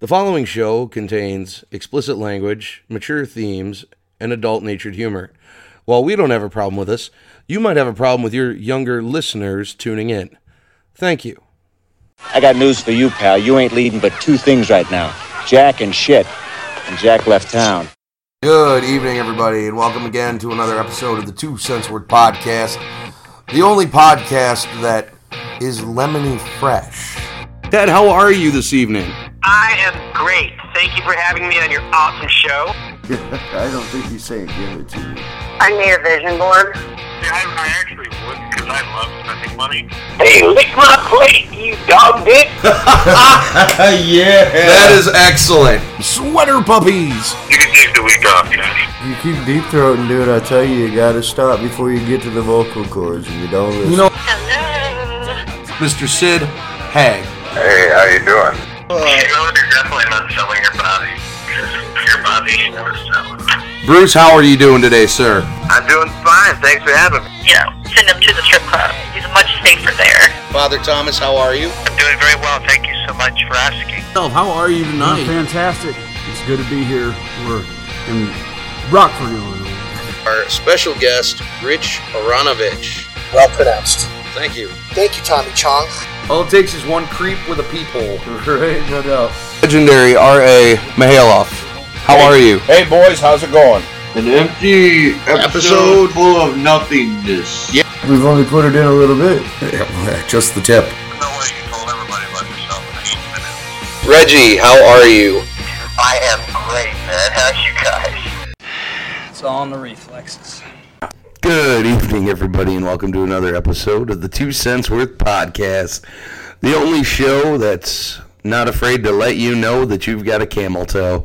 The following show contains explicit language, mature themes, and adult natured humor. While we don't have a problem with this, you might have a problem with your younger listeners tuning in. Thank you. I got news for you, pal. You ain't leading but two things right now Jack and shit. And Jack left town. Good evening, everybody, and welcome again to another episode of the Two Cents Word Podcast, the only podcast that is lemony fresh. Ted, how are you this evening? I am great. Thank you for having me on your awesome show. I don't think he's saying give it to me. I need a vision board. Yeah, I, I actually would because I love spending money. Hey, lick my plate, you dog dick. yeah. That is excellent. Sweater puppies. You can take the week off, guys. You keep deep throating, dude. I tell you, you gotta stop before you get to the vocal cords, and you don't listen. You know, Hello. Mr. Sid Hag. Hey, how you doing? you know what? They're definitely not selling your body. 'Cause Your body ain't never selling. Bruce, how are you doing today, sir? I'm doing fine. Thanks for having me. You know, send him to the strip club. He's much safer there. Father Thomas, how are you? I'm doing very well. Thank you so much for asking. How are you tonight? Fantastic. It's good to be here. We're in Rockford, Illinois. our special guest, Rich Aranovich. Well pronounced. Thank you. Thank you, Tommy Chong. All it takes is one creep with a peephole. Right? No doubt. Legendary R.A. Mihailov. How are you? Hey boys, how's it going? An empty episode full of nothingness. Yeah. We've only put it in a little bit. just the tip. No way you told everybody about yourself in eight minutes. Reggie, how are you? I am great, man. How you guys? Good evening, everybody, and welcome to another episode of the Two Cents Worth Podcast, the only show that's not afraid to let you know that you've got a camel toe.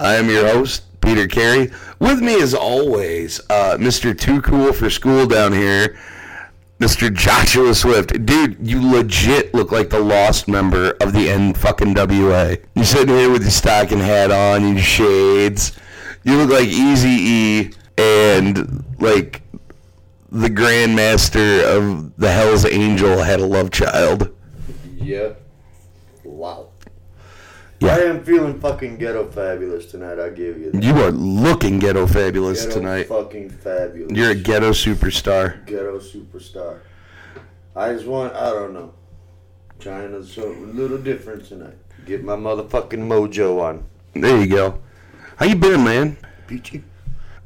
I am your host, Peter Carey. With me, as always, uh, Mr. Too Cool for School down here, Mr. Joshua Swift. Dude, you legit look like the lost member of the N fucking WA. You're sitting here with your stocking hat on and your shades. You look like Easy E and like the Grandmaster of the Hell's Angel had a love child. Yeah. Wow. Yeah. I am feeling fucking ghetto fabulous tonight. I give you that. You are looking ghetto fabulous Ghetto tonight. Fucking fabulous. You're a ghetto superstar. ghetto superstar. I just want. I don't know. Trying to so a little different tonight. Get my motherfucking mojo on. There you go. How you been, man? Peachy.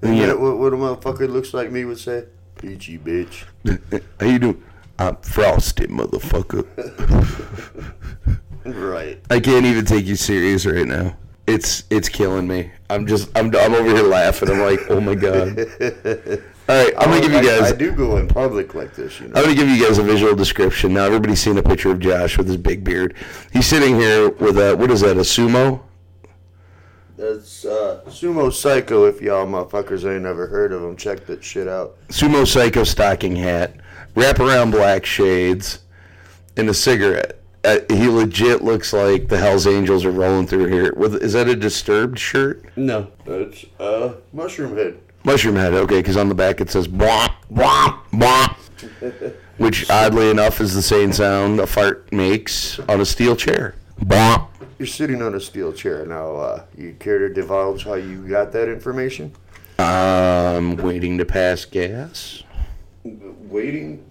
Yeah. You know what, what a motherfucker looks like me would say? Peachy bitch. How you doing? I'm frosted, motherfucker. Right. I can't even take you serious right now. It's it's killing me. I'm just I'm I'm over here laughing. I'm like, oh my god. All right, I'm gonna give you I- I guys. do go in public like this, you know. I'm going to give you guys a visual description. Now, everybody's seen a picture of Josh with his big beard. He's sitting here with a, what is that, a sumo? That's uh, Sumo Psycho. If y'all motherfuckers ain't never heard of him, check that shit out. Sumo psycho stocking hat, wraparound black shades, and a cigarette. Uh, he legit looks like the Hells Angels are rolling through here. With Is that a disturbed shirt? No, that's uh, Mushroom Head. Mushroom head, okay, because on the back it says bwomp, bwomp, bwomp, which oddly enough is the same sound a fart makes on a steel chair. Bwomp. You're sitting on a steel chair now. Uh, you care to divulge how you got that information? I'm waiting to pass gas. Waiting,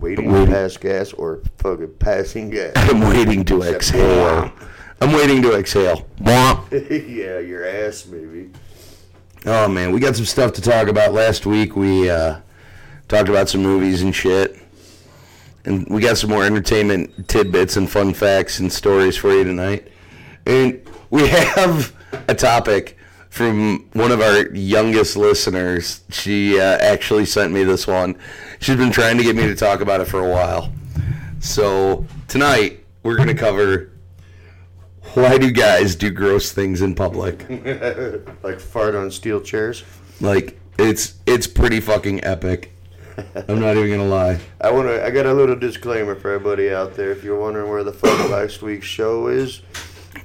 waiting to Waiting. pass gas or fucking passing gas. I'm waiting to exhale. I'm waiting to exhale. Bwomp. yeah, your ass maybe. Oh man, we got some stuff to talk about. Last week we uh, talked about some movies and shit, and we got some more entertainment tidbits and fun facts and stories for you tonight. And we have a topic from one of our youngest listeners. She uh, actually sent me this one. She's been trying to get me to talk about it for a while. So tonight we're gonna cover why do guys do gross things in public. Like fart on steel chairs. Like it's it's pretty fucking epic. I'm not even gonna lie. I want to. I got a little disclaimer for everybody out there. If you're wondering where the fuck last week's show is,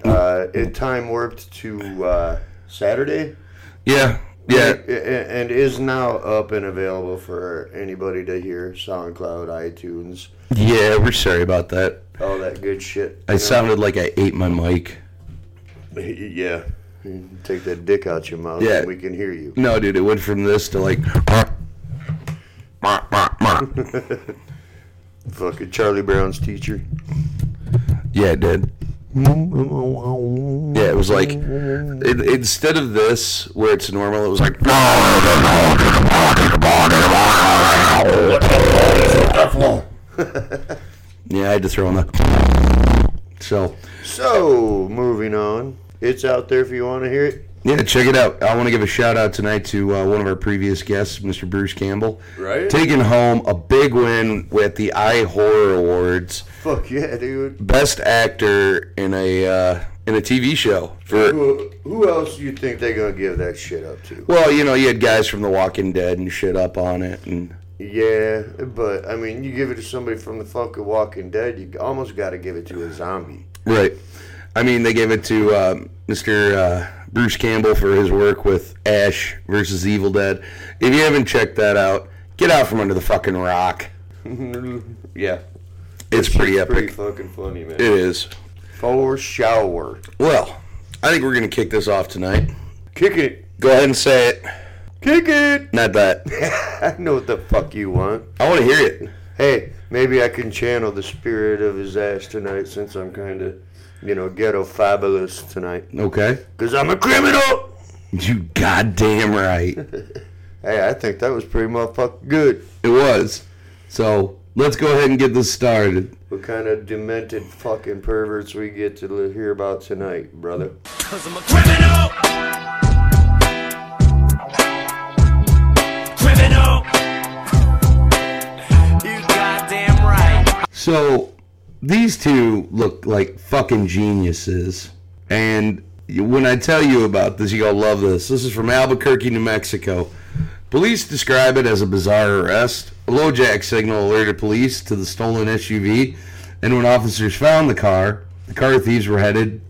uh, it time warped to uh, Saturday. Yeah, yeah. A- a- and is now up and available for anybody to hear. SoundCloud, iTunes, Yeah, we're sorry about that. all that good shit. I sounded like I ate my mic. yeah. Take that dick out your mouth Yeah. and we can hear you. No, dude, it went from this to like. Fucking Charlie Brown's teacher. Yeah, it did. Yeah, it was like it, instead of this where it's normal, it was like. yeah, I had to throw in the. So So, moving on. It's out there if you want to hear it. yeah, check it out. I want to give a shout out tonight to uh, one of our previous guests, Mr. Bruce Campbell, Right. taking home a big win with the I Horror Awards. Fuck yeah, dude. best actor in a uh, in a TV show for Who, who else you think they gonna give that shit up to? well, you know, you had guys from The Walking Dead and shit up on it, and Yeah, but I mean, you give it to somebody from the fucking Walking Dead, you almost got to give it to a zombie. right. I mean, they gave it to um, Mr. Uh, Bruce Campbell for his work with Ash versus Evil Dead. If you haven't checked that out, get out from under the fucking rock. yeah, It's pretty epic. pretty fucking funny, man. It is. For shower, Well, I think we're gonna kick this off tonight. kick it, Go ahead and say it. kick it. Not that. I know what the fuck you want. I want to hear it. Hey, maybe I can channel the spirit of his ass tonight, since I'm kind of, you know, ghetto fabulous tonight. Okay. Cause I'm a criminal. You goddamn right. Hey, I think that was pretty motherfucking good. It was. So let's go ahead and get this started. What kind of demented fucking perverts we get to li- hear about tonight, brother? So these two look like fucking geniuses. And you- when I tell you about this, you're going to love this. This is from Albuquerque, New Mexico. Police describe it as a bizarre arrest. A LoJack signal alerted police to the stolen SUV, and when officers found the car, the car thieves were headed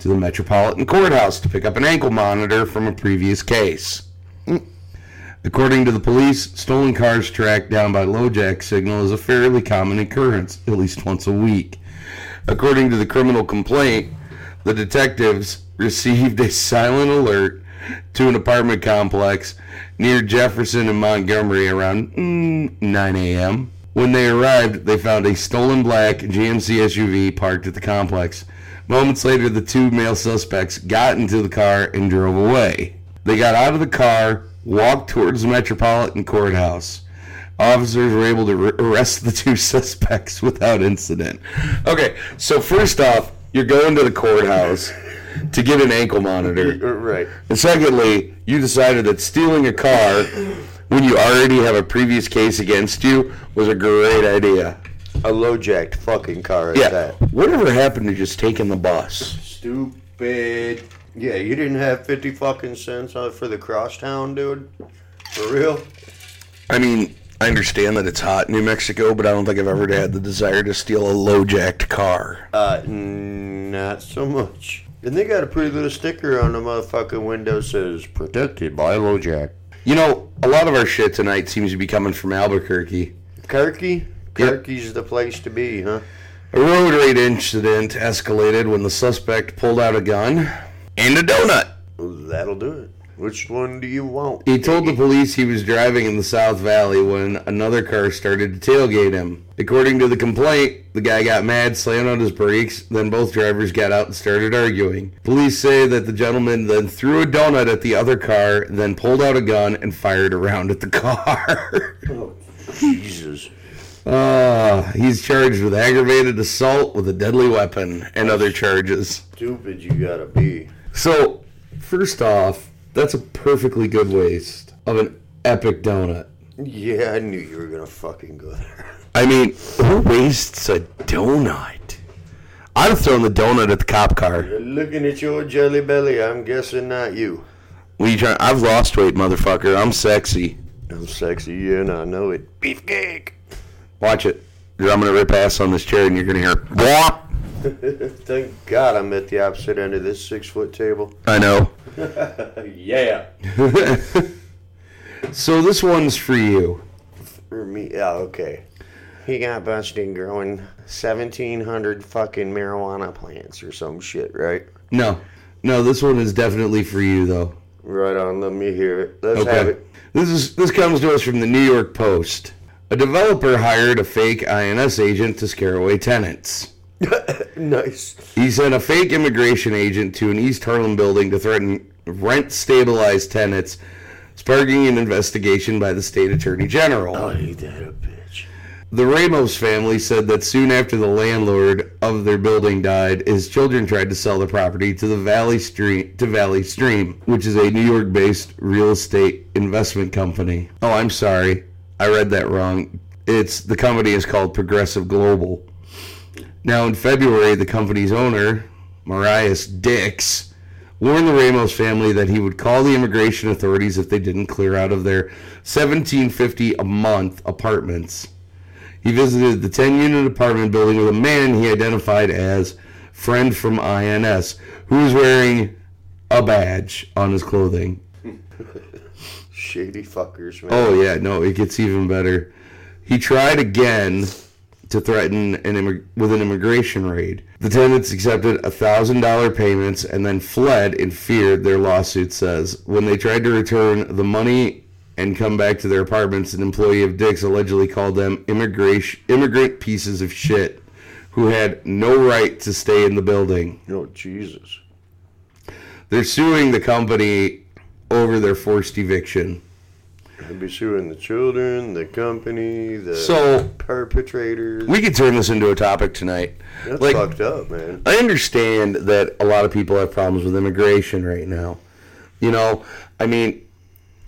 to the Metropolitan Courthouse to pick up an ankle monitor from a previous case. According to the police, stolen cars tracked down by LoJack signal is a fairly common occurrence, at least once a week. According to the criminal complaint, the detectives received a silent alert to an apartment complex near Jefferson and Montgomery around mm, 9 a.m. When they arrived, they found a stolen black GMC SUV parked at the complex. Moments later, the two male suspects got into the car and drove away. They got out of the car, walked towards the Metropolitan Courthouse. Officers were able to r- arrest the two suspects without incident. Okay, so first off, you're going to the courthouse to get an ankle monitor. Uh, Right. And secondly, you decided that stealing a car when you already have a previous case against you was a great idea. A low jacked fucking car at Yeah. that. Whatever happened to just taking the bus? Stupid. Yeah, you didn't have 50 fucking cents on for the crosstown, dude? For real? I mean, I understand that it's hot in New Mexico, but I don't think I've ever had the desire to steal a low jacked car. Uh, n- not so much. And they got a pretty little sticker on the motherfucking window says, protected by low jack. You know, a lot of our shit tonight seems to be coming from Albuquerque. Kirky? Yep. Kirky's the place to be, huh? A road rage incident escalated when the suspect pulled out a gun and a donut. That'll do it. Which one do you want? He told the police he was driving in the South Valley when another car started to tailgate him. According to the complaint, the guy got mad, slammed on his brakes, then both drivers got out and started arguing. Police say that the gentleman then threw a donut at the other car, then pulled out a gun and fired a round at the car. Jesus. uh, he's charged with aggravated assault with a deadly weapon and other charges. Stupid you gotta be. So, first off, that's a perfectly good waste of an epic donut. Yeah, I knew you were gonna fucking go there. I mean, who wastes a donut? I'd have thrown the donut at the cop car. Looking at your jelly belly, I'm guessing not you. What are you trying? I've lost weight, motherfucker. I'm sexy. I'm sexy, yeah, and I know it. Beefcake! Watch it. Dude, I'm gonna rip ass on this chair, and you're gonna hear. Wah! Thank God I'm at the opposite end of this six foot table. I know. Yeah. So this one's for you. Or me. Yeah, okay. He got busted growing 1,700 fucking marijuana plants or some shit, right? No, No, this one is definitely for you though. Right on. Let me hear it. Let's Okay. have it. This is this comes to us from the New York Post. A developer hired a fake INS agent to scare away tenants. Nice. He sent a fake immigration agent to an East Harlem building to threaten rent stabilized tenants, sparking an investigation by the state attorney general. Ain't that a bitch? The Ramos family said that soon after the landlord of their building died, his children tried to sell the property to the Valley Stream to Valley Stream, which is a New York-based real estate investment company. Oh, I'm sorry. I read that wrong. It's the company is called Progressive Global. Now in February, the company's owner, Marias Dix, warned the Ramos family that he would call the immigration authorities if they didn't clear out of their 1750 a month apartments. He visited the 10 unit apartment building with a man he identified as friend from INS, who was wearing a badge on his clothing. Shady fuckers, man. Oh, yeah, no, it gets even better. He tried again to threaten an immig- with an immigration raid. The tenants accepted $1,000 payments and then fled in fear, their lawsuit says. When they tried to return the money and come back to their apartments, an employee of Dick's allegedly called them immigration- immigrant pieces of shit who had no right to stay in the building. Oh, Jesus. They're suing the company over their forced eviction. I'd be suing the children, the company, the So- perpetrators. We could turn this into a topic tonight. That's like- fucked up, man. I understand that a lot of people have problems with immigration right now. You know, I mean,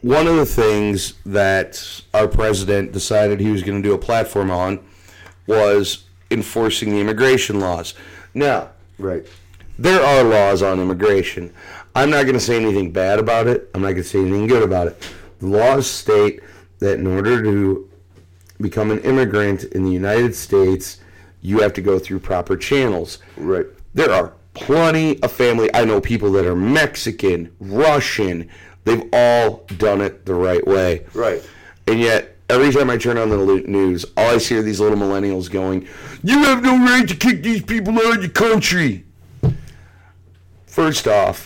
one of the things that our president decided he was going to do a platform on was enforcing the immigration laws. Now, Right. there are laws on immigration. I'm not going to say anything bad about it. I'm not going to say anything good about it. The laws state that in order to become an immigrant in the United States, you have to go through proper channels. Right. There are plenty of family. I know people that are Mexican, Russian. They've all done it the right way. Right. And yet, every time I turn on the lo- news, all I see are these little millennials going, You have no right to kick these people out of your country. First off,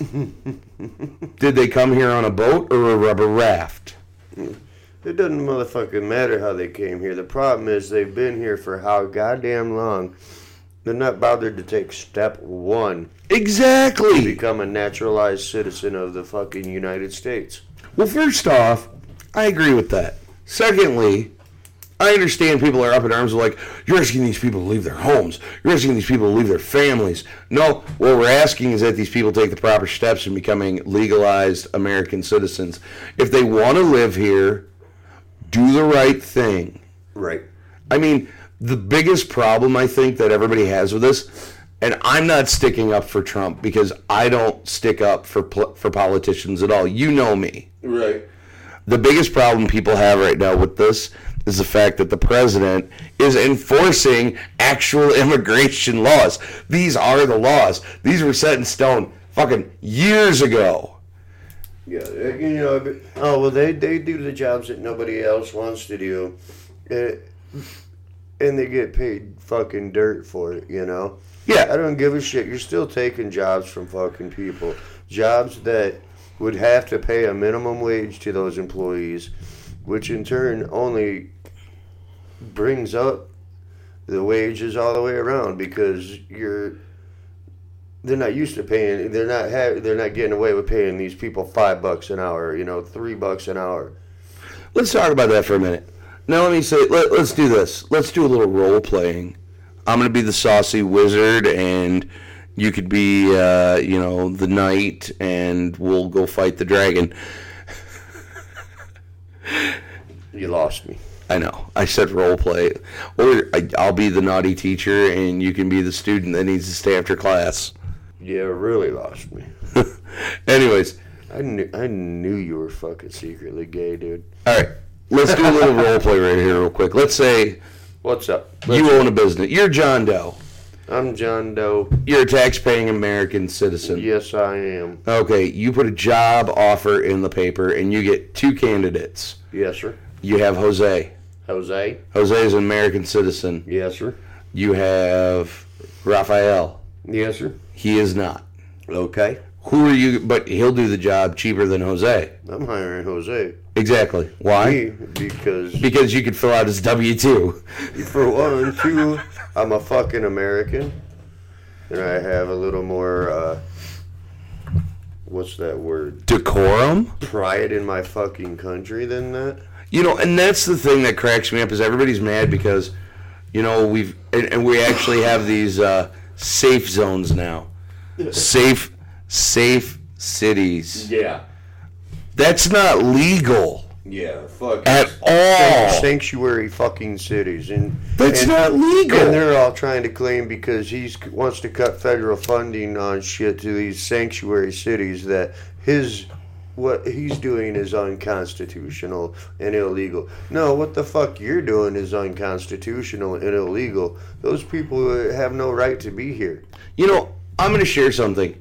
did they come here on a boat or a rubber raft? It doesn't motherfucking matter how they came here. The problem is they've been here for how goddamn long. They're not bothered to take step one to Exactly. become a naturalized citizen of the fucking United States. Well, first off, I agree with that. Secondly, I understand people are up in arms like, you're asking these people to leave their homes. You're asking these people to leave their families. No, what we're asking is that these people take the proper steps in becoming legalized American citizens. If they want to live here, do the right thing. Right. I mean, the biggest problem I think that everybody has with this, and I'm not sticking up for Trump because I don't stick up for pol- for politicians at all. You know me. Right. The biggest problem people have right now with this is the fact that the president is enforcing actual immigration laws. These are the laws. These were set in stone fucking years ago. Yeah, uh, you know, but- oh well, they they do the jobs that nobody else wants to do, eh, and they get paid fucking dirt for it. You know, I Yeah. don't give a shit. You're still taking jobs from fucking people, jobs that would have to pay a minimum wage to those employees, which in turn only brings up the wages all the way around because you're they're not used to paying they're not ha- they're not getting away with paying these people five bucks an hour you know three bucks an hour Let's talk about that for a minute. Now let me say let, let's do this. Let's do a little role playing. I'm gonna be the saucy wizard and you could be uh, you know, the knight and we'll go fight the dragon. you lost me I know. I said role play, or I, I'll be the naughty teacher, and you can be the student that needs to stay after class. you really lost me Anyways, i knew i knew you were fucking secretly gay dude all right, let's do a little role play right here, real quick. Let's say what's up you own a business. You're John Doe. i'm john doe You're a tax-paying American citizen. yes i am Okay, you put a job offer in the paper, and you get two candidates. yes sir You have Jose. jose Jose is an American citizen. yes sir You have Rafael. yes sir He is not. okay Who are you? But he'll do the job cheaper than Jose. I'm hiring Jose. Exactly. Why? Me, because Because you could fill out his W two. for one, two, I'm a fucking American, and I have a little more. Uh, what's that word? Decorum. Pride in my fucking country than that. You know, and that's the thing that cracks me up is everybody's mad because, you know, we've and, and we actually have these uh, safe zones now, safe, safe cities. Yeah. That's not legal Yeah. Fuck. at Sanct- all. sanctuary fucking cities and That's and- not legal. and they're all trying to claim because he wants to cut federal funding on shit to these sanctuary cities that his what he's doing is unconstitutional and illegal no what the fuck you're doing is unconstitutional and illegal those people have no right to be here You know, I'm going to share something.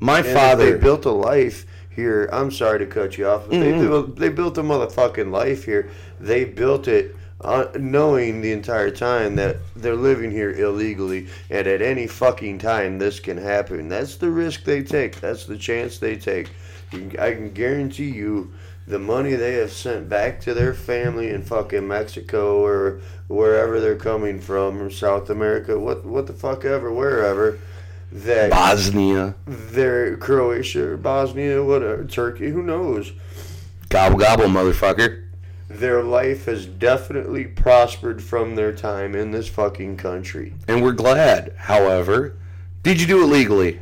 My and if father. they built a life here. I'm sorry to cut you off, but they, Mm-hmm. built, they built a motherfucking life here. They built it uh, knowing the entire time that they're living here illegally, and at any fucking time this can happen. That's the risk they take. That's the chance they take. You- I can guarantee you. The money they have sent back to their family in fucking Mexico or wherever they're coming from, or South America, what what the fuck ever, wherever, that Bosnia, they're Croatia, Bosnia, whatever, Turkey, who knows? gobble gobble, motherfucker. Their life has definitely prospered from their time in this fucking country. And we're glad. However, did you do it legally?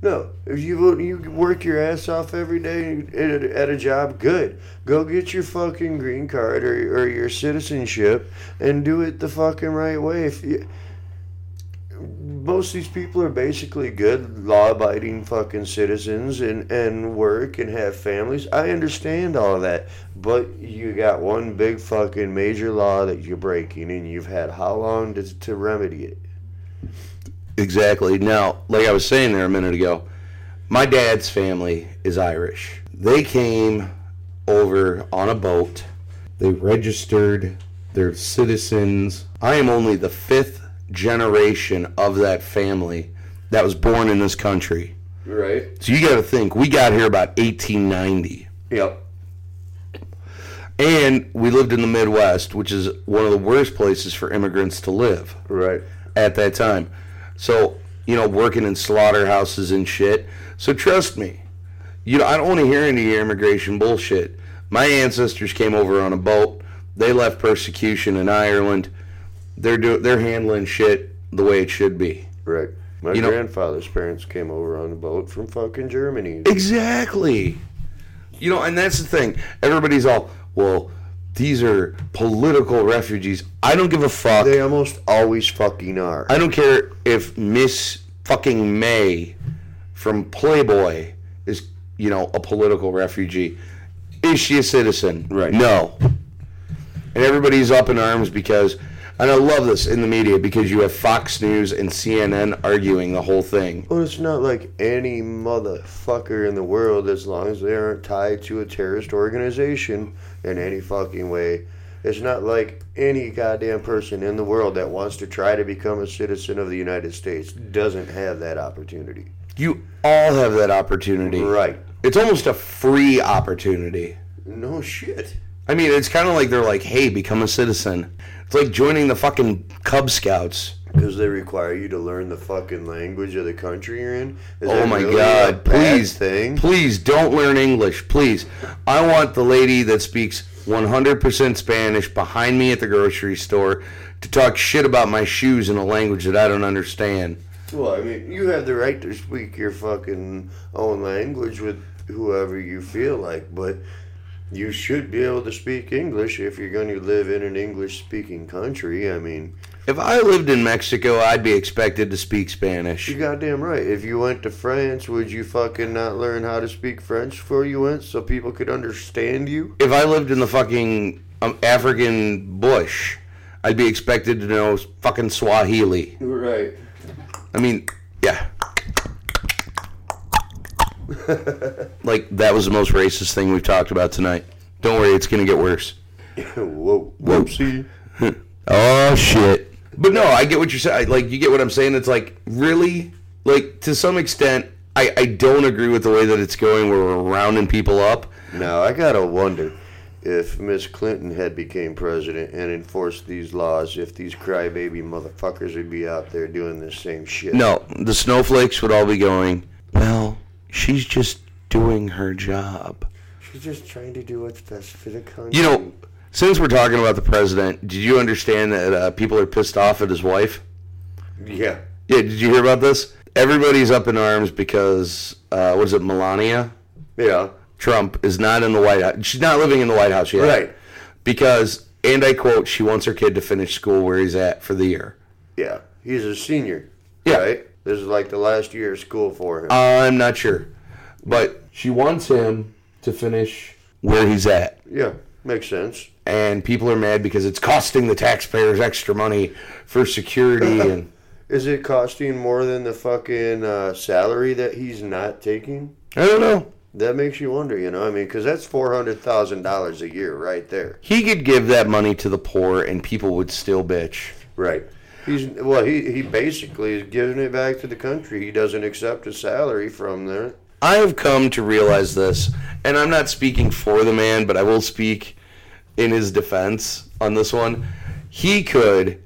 No, if you you work your ass off every day at a, at a job, good. Go get your fucking green card or, or your citizenship and do it the fucking right way. If you, most of these people are basically good, law-abiding fucking citizens and and work and have families. I understand all that, but you got one big fucking major law that you're breaking, and you've had how long to to remedy it? Exactly. Now, like I was saying there a minute ago, my dad's family is Irish. They came over on a boat. They registered. They're citizens. I am only the fifth generation of that family that was born in this country. Right. So you got to think, we got here about 1890. Yep. And we lived in the Midwest, which is one of the worst places for immigrants to live. Right. at that time. So, you know, working in slaughterhouses and shit. So trust me, you know, I don't want to hear any of your immigration bullshit. My ancestors came over on a boat. They left persecution in Ireland. They're do they're handling shit the way it should be. Right. My You know- grandfather's parents came over on a boat from fucking Germany. Exactly. You know, and that's the thing. Everybody's all, well, these are political refugees. I don't give a fuck. They almost always fucking are. I don't care if Miss fucking May from Playboy is, you know, a political refugee. Is she a citizen? Right. No. And everybody's up in arms because, and I love this in the media because you have Fox News and CNN arguing the whole thing. Well, it's not like any motherfucker in the world, as long as they aren't tied to a terrorist organization in any fucking way. It's not like any goddamn person in the world that wants to try to become a citizen of the United States doesn't have that opportunity. You all have that opportunity. Right. It's almost a free opportunity. No shit. I mean, it's kind of like they're like, hey, become a citizen. It's like joining the fucking Cub Scouts. Because they require you to learn the fucking language of the country you're in. Is Oh that my really a bad God! Please, thing. please don't learn English, please. I want the lady that speaks 100% Spanish behind me at the grocery store to talk shit about my shoes in a language that I don't understand. Well, I mean, you have the right to speak your fucking own language with whoever you feel like, but you should be able to speak English if you're going to live in an English speaking country. I mean, If I lived in Mexico, I'd be expected to speak Spanish. you're goddamn right. If you went to France, would you fucking not learn how to speak French before you went so people could understand you? If I lived in the fucking um, African bush, I'd be expected to know fucking Swahili. Right. I mean, yeah. like that was the most racist thing we've talked about tonight. Don't worry, it's gonna get worse. Whoa, whoopsie. Oh shit. But no, I get what you're saying. Like you get what I'm saying. It's like really, like to some extent, I, I don't agree with the way that it's going where we're rounding people up. Now I gotta wonder if Miss Clinton had became president and enforced these laws, if these crybaby motherfuckers would be out there doing this same shit. No, the snowflakes would all be going, well, she's just doing her job. she's just trying to do what's best for the country. You know, since we're talking about the president, did you understand that uh, people are pissed off at his wife? yeah, Yeah, did you hear about this? Everybody's up in arms because, uh, what is it, Melania? yeah, Trump is not in the White House. She's not living in the White House yet. Right. Because, and I quote, she wants her kid to finish school where he's at for the year. yeah. He's a senior. Yeah. right? This is like the last year of school for him. I'm not sure. But she wants him to finish where he's at. yeah, makes sense. And people are mad because it's costing the taxpayers extra money for security and. Is it costing more than the fucking uh, salary that he's not taking? I don't know. That makes you wonder, you know. I mean, because that's four hundred thousand dollars a year right there. He could give that money to the poor and people would still bitch. Right. He's well. He he basically is giving it back to the country. He doesn't accept a salary from there. I have come to realize this, and I'm not speaking for the man, but I will speak in his defense on this one. He could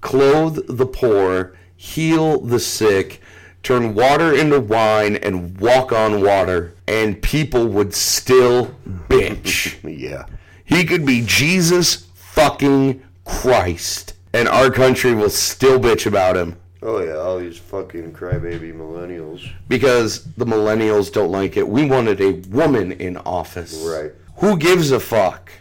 clothe the poor, heal the sick, turn water into wine, and walk on water, and people would still bitch. Yeah. He could be Jesus fucking Christ, and our country will still bitch about him Oh yeah. All these fucking crybaby millennials. because the millennials don't like it. We wanted a woman in office. Right. Who gives a fuck?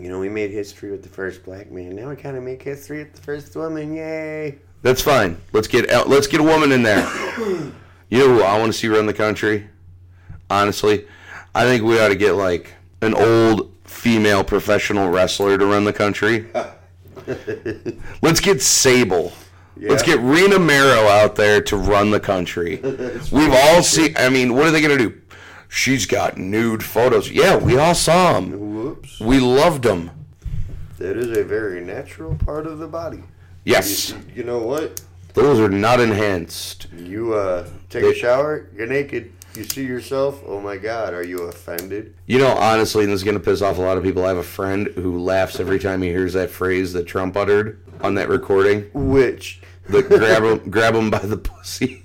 You know, we made history with the first black man. Now we kind of make history with the first woman. Yay! That's fine. Let's get out. Let's get a woman in there. you know who I want to see run the country? Honestly, I think we ought to get like an old female professional wrestler to run the country. Let's get Sable. Let's Yeah. get Rena Marrow out there to run the country. We've all seen. I mean, what are they going to do? She's got nude photos. Yeah, we all saw them. Whoops. We loved them. That is a very natural part of the body. Yes, You, you know what? those are not enhanced. You uh, take a shower. You're naked. You see yourself. Oh my God! Are you offended? You know, honestly, and this is going to piss off a lot of people. I have a friend who laughs every time he hears that phrase that Trump uttered on that recording. Which? The grab him, grab him by the pussy.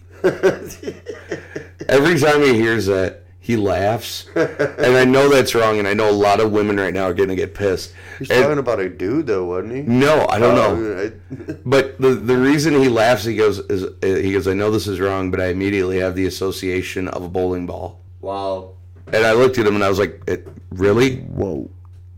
every time he hears that, he laughs, and I know that's wrong. And I know a lot of women right now are going to get pissed. He's Oh, And- talking about a dude though, wasn't he? Uh, no, I don't know. know. But the the reason he laughs, he goes, is, uh, he goes, I know this is wrong, but I immediately have the association of a bowling ball. wow. And I looked at him and I was like, it, "Really? Whoa,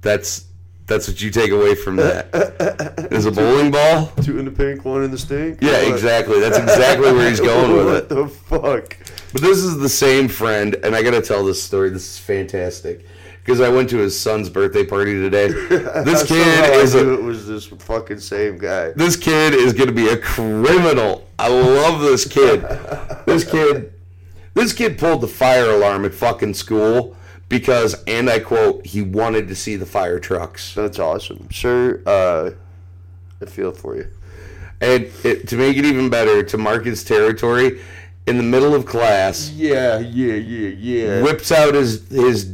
that's that's what you take away from that? Is a bowling ball? Two in the pink, one in the stink. Yeah, What? exactly. That's exactly where he's going with what it. the fuck? But this is the same friend, and I gotta tell this story. This is fantastic because I went to his son's birthday party today. This Somehow kid is I knew a it was this fucking same guy. this kid is gonna be a criminal. I love this kid. This kid, this kid pulled the fire alarm at fucking school because, and I quote, he wanted to see the fire trucks. That's awesome, sir. Uh, I feel for you. And it, to make it even better, to mark his territory, in the middle of class, Yeah, yeah, yeah, whips out his his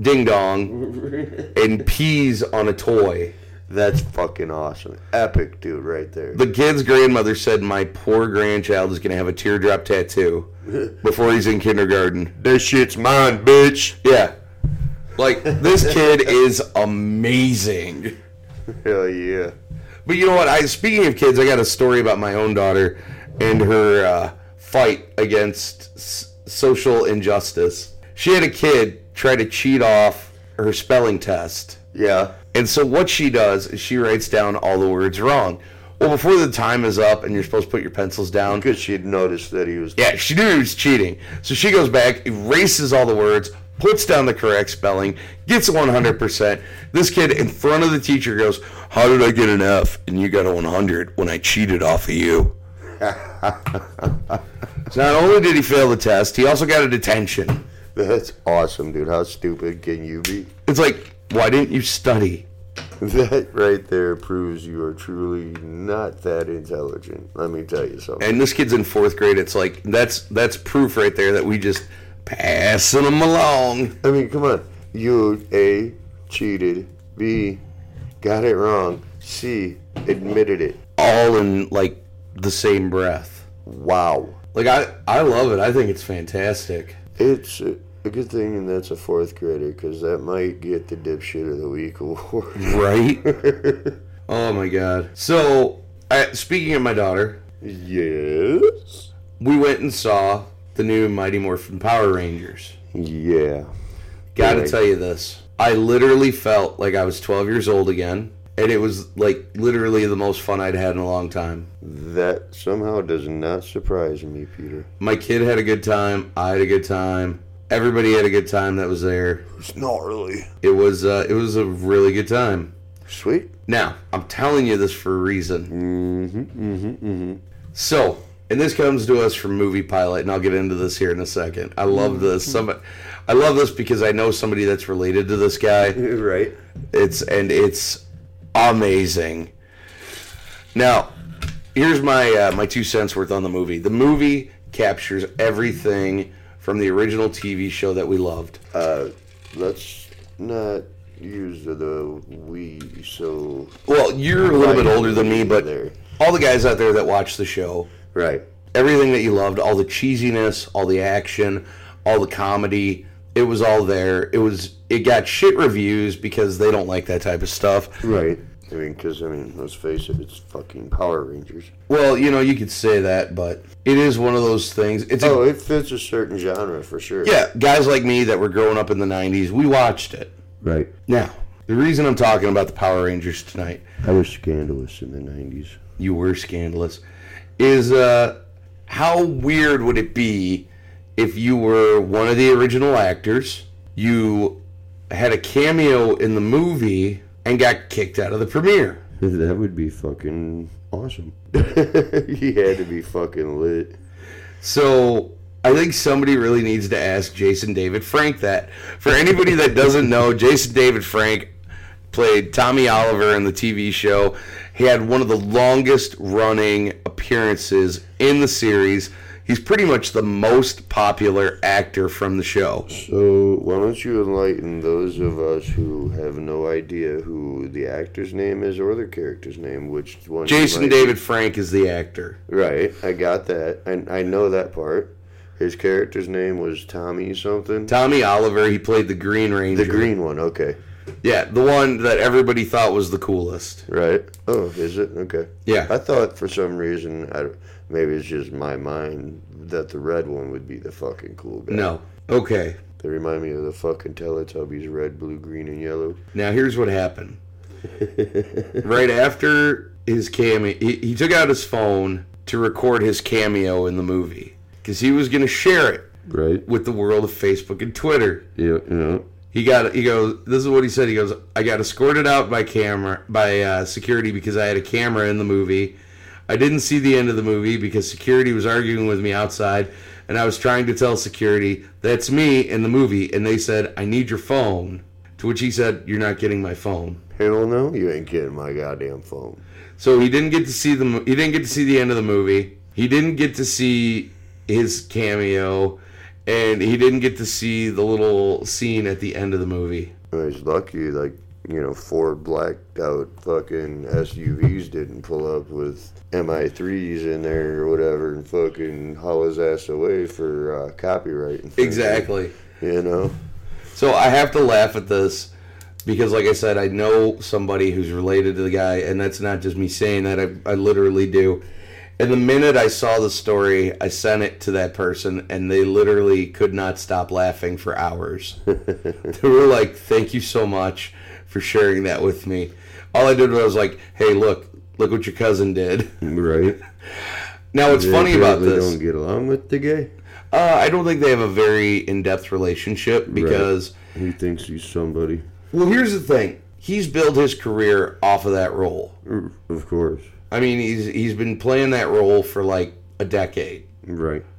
ding dong and pees on a toy. That's fucking awesome. Epic dude right there. The kid's grandmother said, "My poor grandchild is going to have a teardrop tattoo before he's in kindergarten." This shit's mine, bitch. Yeah, like this kid is amazing. Hell yeah. But you know what? I speaking of kids, I got a story about my own daughter and her uh, fight against s- social injustice. She had a kid try to cheat off her spelling test, Yeah. and so what she does is she writes down all the words wrong. Well, before the time is up and you're supposed to put your pencils down, Because she'd noticed that he was. yeah, she knew he was cheating. So she goes back, erases all the words, puts down the correct spelling, gets 100%. This kid in front of the teacher goes, How did I get an F and you got a 100 when I cheated off of you? so not only did he fail the test, he also got a detention. That's awesome, dude. How stupid can you be? It's like, why didn't you study? That right there proves you are truly not that intelligent. Let me tell you something. And this kid's in fourth grade. It's like that's that's proof right there that we just passing them along. I mean, come on. You A cheated. B got it wrong. C admitted it. all in like the same breath. Wow. Like I, I love it. I think it's fantastic. It's a a good thing that's a fourth grader because that might get the dipshit of the week award. Right? oh my god. So, I, speaking of my daughter, yes. we went and saw the new Mighty Morphin Power Rangers. Yeah. Got to Right. tell you this. I literally felt like I was 12 years old again, and it was like literally the most fun I'd had in a long time. That somehow does not surprise me, Peter. My kid had a good time, I had a good time. Everybody had a good time that was there. Snarly. It was uh, it was a really good time. Sweet. Now, I'm telling you this for a reason. Mm-hmm. Mm-hmm. Mm-hmm. So, and this comes to us from Movie Pilot, and I'll get into this here in a second. I Mm-hmm. love this. Some, I love this because I know somebody that's related to this guy. Right. It's and it's amazing. Now, here's my uh, my two cents worth on the movie. The movie captures everything from the original TV show that we loved. Let's not use the we so Well, you're a little bit Right. older than me, but There. all the guys out there that watch the show right. everything that you loved, all the cheesiness, all the action, all the comedy, it was all there. It was it got shit reviews because they don't like that type of stuff. Right. I mean, because I mean, let's face it, it's fucking Power Rangers. Well, you know, you could say that, but it is one of those things. It's a, Oh, it fits a certain genre for sure. yeah, guys like me that were growing up in the 90s, we watched it. Right. Now, the reason I'm talking about the Power Rangers tonight, I was scandalous in the '90s. you were scandalous, is uh how weird would it be if you were one of the original actors, you had a cameo in the movie and got kicked out of the premiere. That would be fucking awesome. he had to be fucking lit. So I think somebody really needs to ask Jason David Frank that. For anybody that doesn't know, Jason David Frank played Tommy Oliver in the TV show. He had one of the longest running appearances in the series. He's pretty much the most popular actor from the show. So why don't you enlighten those of us who have no idea who the actor's name is or their character's name, which one? you Jason might- David Frank is the actor. Right. I got that. And I know that part. His character's name was Tommy something. Tommy Oliver, he played the Green Ranger. the green one. Okay. Yeah, the one that everybody thought was the coolest. Right. Oh, is it? Okay. Yeah. I thought for some reason, I, maybe it's just my mind, that the red one would be the fucking cool guy. No. Okay. They remind me of the fucking Teletubbies, red, blue, green, and yellow. Now here's what happened. right after his cameo, he, he took out his phone to record his cameo in the movie because he was going to share it Right. with the world of Facebook and Twitter. Yeah. yeah. He got he goes. This is what he said. He goes. I got escorted out by camera by uh, security because I had a camera in the movie. I didn't see the end of the movie because security was arguing with me outside, and I was trying to tell security that's me in the movie, and they said I need your phone. To which he said, "You're not getting my phone." Hell no, you ain't getting my goddamn phone. So he didn't get to see the mo- he didn't get to see the end of the movie. He didn't get to see his cameo, and he didn't get to see the little scene at the end of the movie. I was lucky, like, you know, four blacked out fucking SUVs didn't pull up with MI3s in there or whatever and fucking haul his ass away for uh, copyright. infringement, Exactly. You know? So I have to laugh at this because, like I said, I know somebody who's related to the guy, and that's not just me saying that. I, I literally do. And the minute I saw the story, I sent it to that person, and they literally could not stop laughing for hours. they were like, "Thank you so much for sharing that with me." All I did was I was like, "Hey, look, look what your cousin did." Right. Now, what's funny about this? don't get along with the guy. Uh, I don't think they have a very in-depth relationship because. He thinks he's somebody. Well, here's the thing. He's built his career off of that role. Mm, Of course. I mean, he's he's been playing that role for like a decade. Right.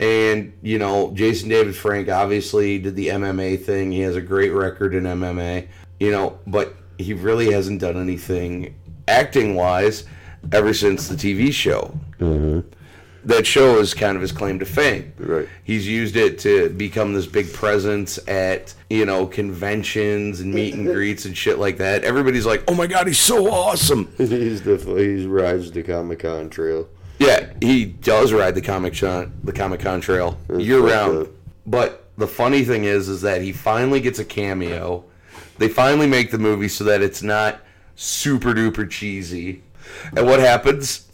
And, you know, Jason David Frank obviously did the MMA thing. He has a great record in MMA, you know, but he really hasn't done anything acting wise ever since the TV show. That show is kind of his claim to fame. Right. He's used it to become this big presence at, you know, conventions and meet and greets and shit like that. Everybody's like, oh my God, he's so awesome. he's the he's rides the Comic Con trail. Yeah, he does ride the comic con, the Comic Con trail year fucked round. up. But the funny thing is, is that he finally gets a cameo. They finally make the movie so that it's not super duper cheesy. And what happens?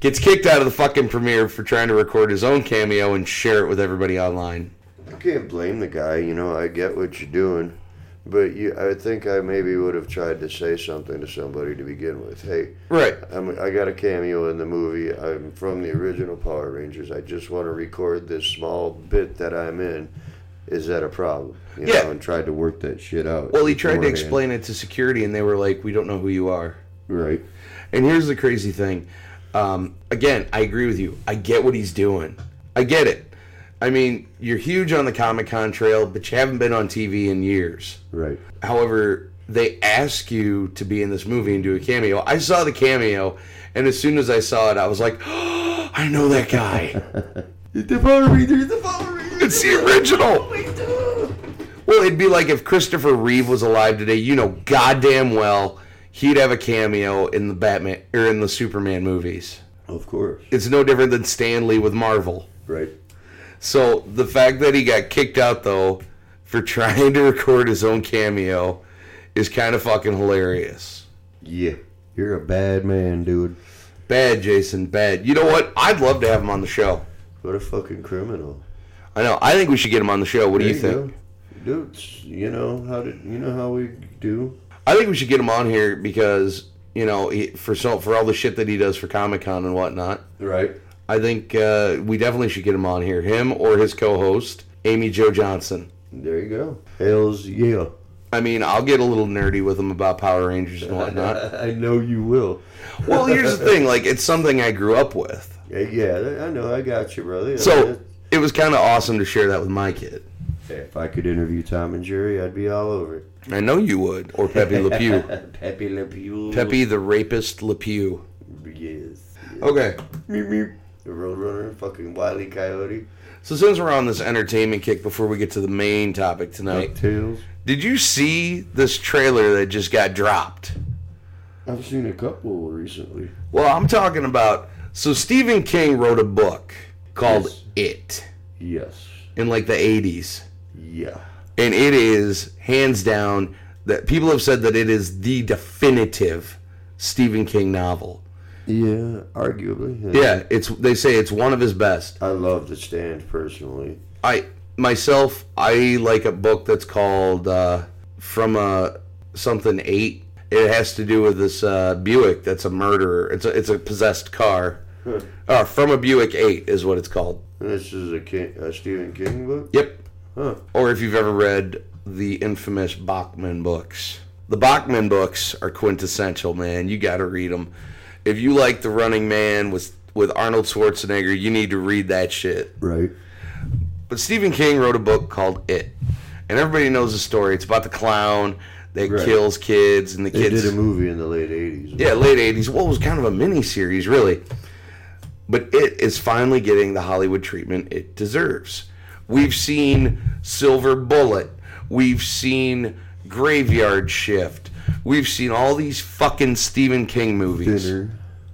Gets kicked out of the fucking premiere for trying to record his own cameo and share it with everybody online. I can't blame the guy. You know, I get what you're doing, but you, I think I maybe would have tried to say something to somebody to begin with. Hey, Right. I'm, I got a cameo in the movie. I'm from the original Power Rangers. I just want to record this small bit that I'm in. Is that a problem? You Yeah. Know, and tried to work that shit out. Well, he tried to beforehand. explain it to security, and they were like, "We don't know who you are." Right. And here's the crazy thing. Um, again, I agree with you. I get what he's doing. I get it. I mean, you're huge on the Comic Con trail, but you haven't been on TV in years. Right. However, they ask you to be in this movie and do a cameo. I saw the cameo, and as soon as I saw it, I was like, I know that guy. the Power Ranger, the Power Ranger. Oh, It's the original. Well, it'd be like if Christopher Reeve was alive today. You know, goddamn well, he'd have a cameo in the Batman or in the Superman movies. Of course. It's no different than Stan Lee with Marvel. Right. So the fact that he got kicked out though for trying to record his own cameo is kind of fucking hilarious. Yeah. You're a bad man, dude. Bad, Jason. Bad. You know what? I'd love to have him on the show. What a fucking criminal. I know. I think we should get him on the show. What do you, think? Go. Dude, it's- you know how did you know how we do? I think we should get him on here because you know he, for so for all the shit that he does for Comic Con and whatnot. Right. I think uh, we definitely should get him on here. Him or his co-host, Amy Joe Johnson. There you go. Hells yeah. I mean, I'll get a little nerdy with him about Power Rangers and whatnot. I know you will. well, here's the thing: like, it's something I grew up with, Uh, Yeah, Yeah, I know. I got you, brother. so it was kind of awesome to share that with my kid. if I could interview Tom and Jerry, I'd be all over it. I know you would, or Pepe Le Pew, Pepe Le Pew. Pepe the rapist Le Pew. Yes. Okay, Meep, meep. The Roadrunner, fucking Wily Coyote. so since we're on this entertainment kick, before we get to the main topic tonight, Tails. did you see this trailer that just got dropped? I've seen a couple recently. Well, I'm talking about. So Stephen King wrote a book called Yes. It Yes. in like the 80s, Yeah. and it is hands down that people have said that it is the definitive Stephen King novel. Yeah, arguably. Yeah, it's they say it's one of his best. I love The Stand personally. I myself I like a book that's called uh, from a something eight. It has to do with this uh, Buick that's a murderer. It's a it's a possessed car. Uh, from a Buick eight is what it's called. This is a, King, a Stephen King book? Yep. Huh. Or if you've ever read the infamous Bachman books. The Bachman books are quintessential, man. You got to read them. If you like The Running Man with with Arnold Schwarzenegger, you need to read that shit. Right. But Stephen King wrote a book called It, and everybody knows the story. It's about the clown that Right. kills kids, and the They kids. did a movie in the late 80s. yeah, late '80s. Well, it was kind of a mini series, really. But it is finally getting the Hollywood treatment it deserves. We've seen Silver Bullet. We've seen Graveyard Shift. We've seen all these fucking Stephen King movies. Thinner.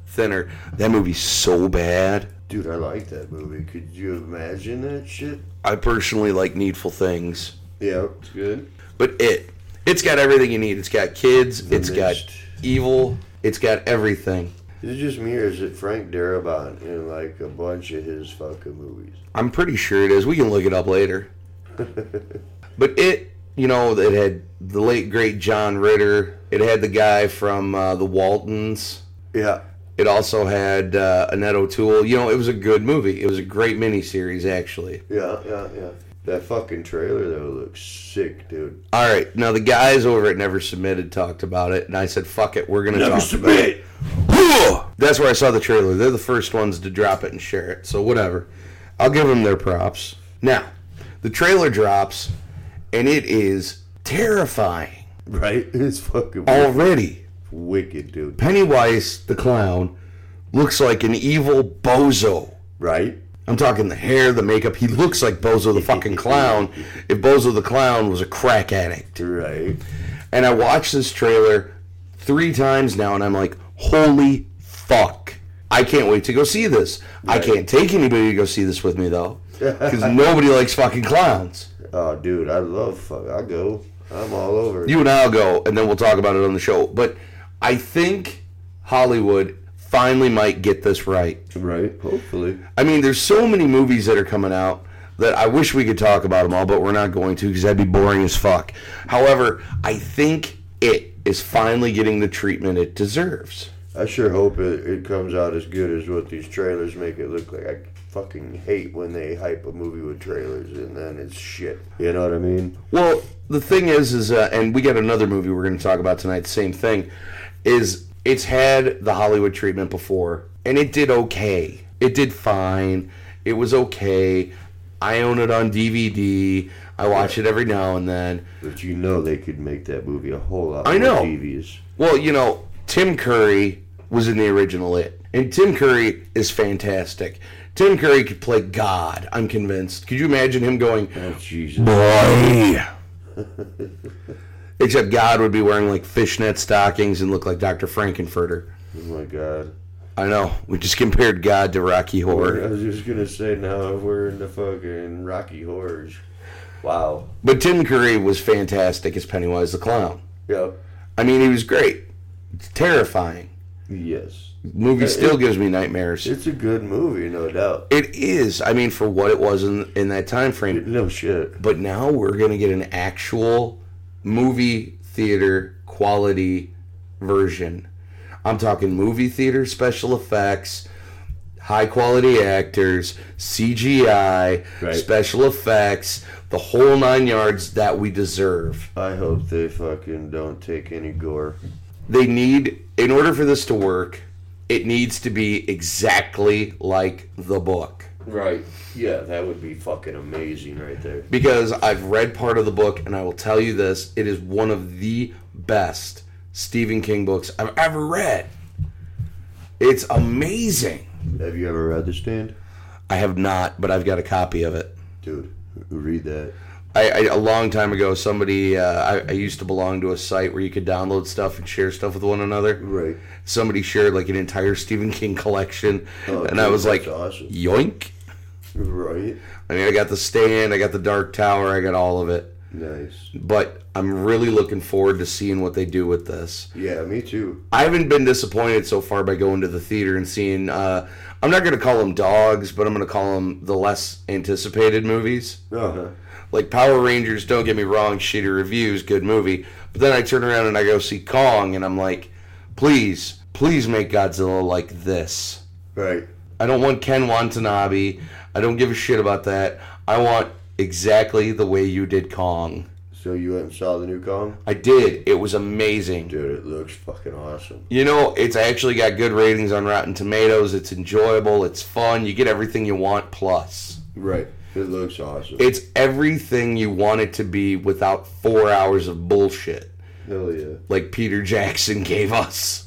Thinner. That movie's so bad. Dude, I like that movie. Could you imagine that shit? I personally like Needful Things. Yeah, it's good. But it, it's got everything you need. It's got kids. The it's Mist. got evil. It's got everything. Is it just me or is it Frank Darabont in like a bunch of his fucking movies? I'm pretty sure it is. We can look it up later. but it, you know, it had the late great John Ritter. It had the guy from uh, the Waltons. Yeah. It also had uh, Annette O'Toole. You know, it was a good movie. It was a great miniseries, actually. Yeah, yeah, yeah. That fucking trailer though looks sick, dude. All right, now the guys over at Never Submitted talked about it, and I said, "Fuck it, we're gonna talk about it." That's where I saw the trailer. They're the first ones to drop it and share it, so whatever. I'll give them their props. Now, the trailer drops, and it is terrifying. Right? It's fucking Oh. Already, wicked, dude. Pennywise the clown looks like an evil bozo. Right? I'm talking the hair, the makeup. He looks like Bozo the fucking clown if Bozo the clown was a crack addict. Right. And I watched this trailer three times now and I'm like, holy fuck. I can't wait to go see this. I can't take anybody to go see this with me though. Because nobody likes fucking clowns. Oh, dude, I love fuck. I go. I'm all over. it. You and I'll go and then we'll talk about it on the show. But I think Hollywood finally might get this right. right? Hopefully. I mean, there's so many movies that are coming out that I wish we could talk about them all, but we're not going to because that'd be boring as fuck. However, I think it is finally getting the treatment it deserves. I sure hope it, it comes out as good as what these trailers make it look like. I fucking hate when they hype a movie with trailers and then it's shit. You know what I mean? Well, the thing is, is uh, and we got another movie we're going to talk about tonight. Same thing, is it's had the Hollywood treatment before, and it did okay. It did fine. It was okay. I own it on DVD. I watch it every now and then. But you know they could make that movie a whole lot I more know. devious. Well, you know, Tim Curry was in the original It, and Tim Curry is fantastic. Tim Curry could play God. I'm convinced. Could you imagine him going, Oh, Jesus. boy? Except God would be wearing like fishnet stockings and look like Dr. Frankenfurter. Oh, my God. I know. We just compared God to Rocky I Horror, was just going to say now if we're in the fucking Rocky Horrors. Wow. but Tim Curry was fantastic as Pennywise the clown. Yep. I mean, he was great. It's terrifying. Yes. Movie still gives me nightmares. It's a good movie, no doubt. It is. I mean, for what it was in in that time frame. No shit. but now we're going to get an actual movie theater quality version. I'm talking movie theater special effects, high quality actors, CGI, Right. special effects, the whole nine yards that we deserve. I hope they fucking don't take any gore. They need, in order for this to work, it needs to be exactly like the book. Right. Yeah, that would be fucking amazing right there. because I've read part of the book, and I will tell you this: it is one of the best Stephen King books I've ever read. It's amazing. Have you ever read The Stand? I have not, but I've got a copy of it. Dude, read that. I, I a long time ago, somebody uh, I, I used to belong to a site where you could download stuff and share stuff with one another. Right. Somebody shared like an entire Stephen King collection, Oh, and dude, I was that's like, awesome. "Yoink!" Right. I mean, I got the stand, I got the Dark Tower, I got all of it. Nice. But I'm really looking forward to seeing what they do with this. Yeah, me too. I haven't been disappointed so far by going to the theater and seeing. Uh, I'm not going to call them dogs, but I'm going to call them the less anticipated movies. Uh-huh. Like Power Rangers, don't get me wrong, shitty reviews, good movie. But then I turn around and I go see Kong, and I'm like, please, please make Godzilla like this. Right. I don't want Ken Watanabe. I don't give a shit about that. I want exactly the way you did Kong. So you went and saw the new Kong? I did. It was amazing. Dude, it looks fucking awesome. You know, it's actually got good ratings on Rotten Tomatoes. It's enjoyable. It's fun. You get everything you want. Plus, Right. It looks awesome. it's everything you want it to be without four hours of bullshit Hell yeah. like Peter Jackson gave us.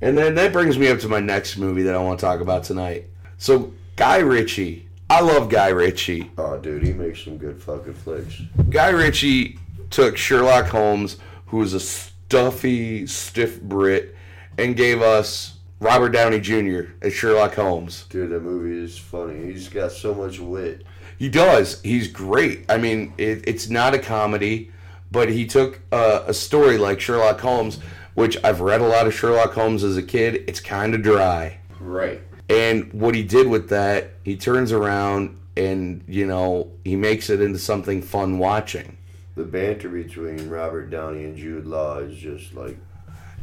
and then that brings me up to my next movie that I want to talk about tonight. So, Guy Ritchie. I love Guy Ritchie. Oh, dude, he makes some good fucking flicks. Guy Ritchie took Sherlock Holmes, who was a stuffy, stiff Brit, and gave us Robert Downey Jr. as Sherlock Holmes. Dude, that movie is funny. He's got so much wit. He does. He's great. I mean, it, it's not a comedy, but he took uh, a, a story like Sherlock Holmes, which I've read a lot of Sherlock Holmes as a kid. It's kind of dry. Right. And what he did with that, he turns around and, you know, he makes it into something fun watching. The banter between Robert Downey and Jude Law is just like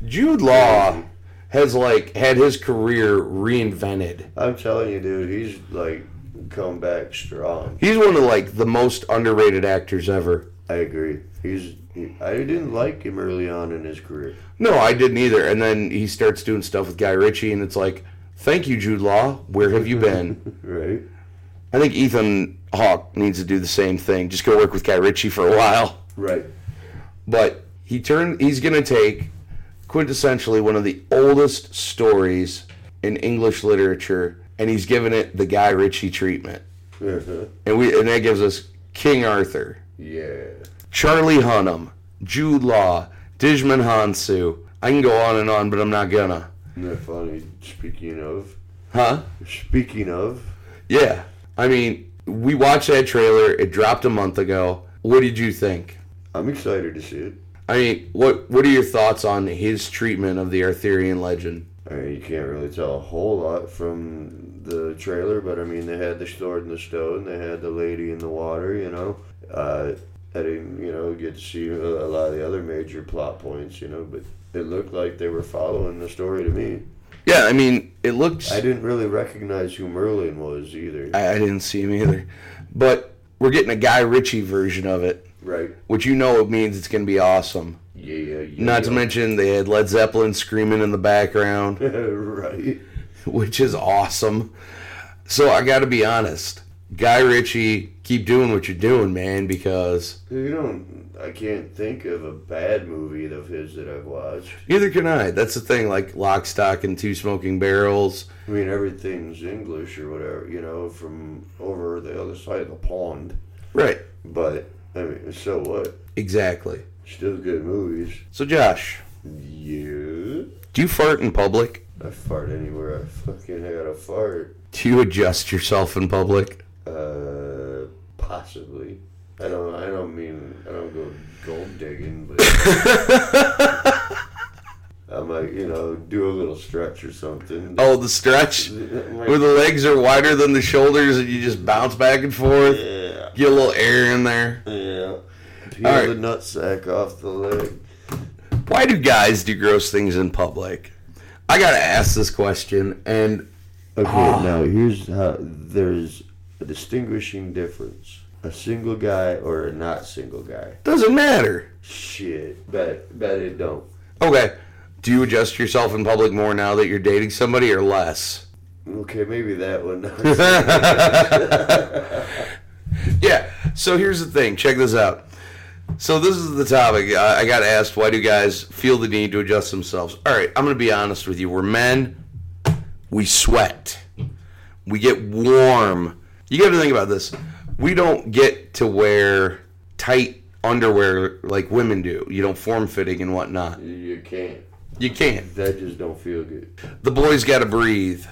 Jude Law has like had his career reinvented. I'm telling you, dude, he's like come back strong. He's one of like the most underrated actors ever. I agree. He's he, I didn't like him early on in his career. No, I didn't either. And then he starts doing stuff with Guy Ritchie, and it's like, thank you, Jude Law. Where have you been? Right? I think Ethan Hawke needs to do the same thing. Just go work with Guy Ritchie for a while. Right. But he turned. He's going to take quintessentially one of the oldest stories in English literature, and he's given it the Guy Ritchie treatment. Uh-huh. And we and that gives us King Arthur, Yeah. Charlie Hunnam, Jude Law, Dijman Hansu. I can go on and on, but I'm not gonna. Isn't that funny? Speaking of. Huh? Speaking of. Yeah. I mean, we watched that trailer. It dropped a month ago. What did you think? I'm excited to see it. I mean, what what are your thoughts on his treatment of the Arthurian legend? I mean, you can't really tell a whole lot from the trailer, but I mean, they had the sword in the stone, they had the lady in the water, you know. Uh, I didn't, you know, get to see a a lot of the other major plot points, you know, but it looked like they were following the story to me. Yeah, I mean, it looks. I didn't really recognize who Merlin was either. I, I didn't see him either, but we're getting a Guy Ritchie version of it, right. which you know it means it's going to be awesome. Yeah, yeah, yeah. Not to yeah. mention they had Led Zeppelin screaming in the background, right. which is awesome. So I got to be honest, Guy Ritchie, keep doing what you're doing, man, because You don't. I can't think of a bad movie of his that I've watched. neither can I. That's the thing, like Lock, Stock, and Two Smoking Barrels. I mean, everything's English or whatever, you know, from over the other side of the pond. Right. But I mean, so what? Exactly. Still good movies. So Josh, Yeah. do you fart in public? I fart anywhere I fucking had a fart. Do you adjust yourself in public? Uh, possibly. I don't. I don't mean. I don't go gold digging, but. I might, you know, do a little stretch or something. Oh, the stretch where the legs are wider than the shoulders, and you just bounce back and forth. yeah, Get a little air in there. yeah. Peel All right. the nutsack off the leg. Why do guys do gross things in public? I gotta ask this question, and Okay, now here's how there's a distinguishing difference. A single guy or a not single guy. doesn't matter. Shit. Bet bet it don't. Okay, do you adjust yourself in public more now that you're dating somebody or less? Okay, maybe that one. Yeah. So here's the thing. Check this out. So this is the topic. I, I got asked, why do guys feel the need to adjust themselves? All right, I'm going to be honest with you. We're men. We sweat. We get warm. You got to think about this. We don't get to wear tight underwear like women do. You know, form fitting and whatnot. you can't. You can't. That just don't feel good. The boys got to breathe.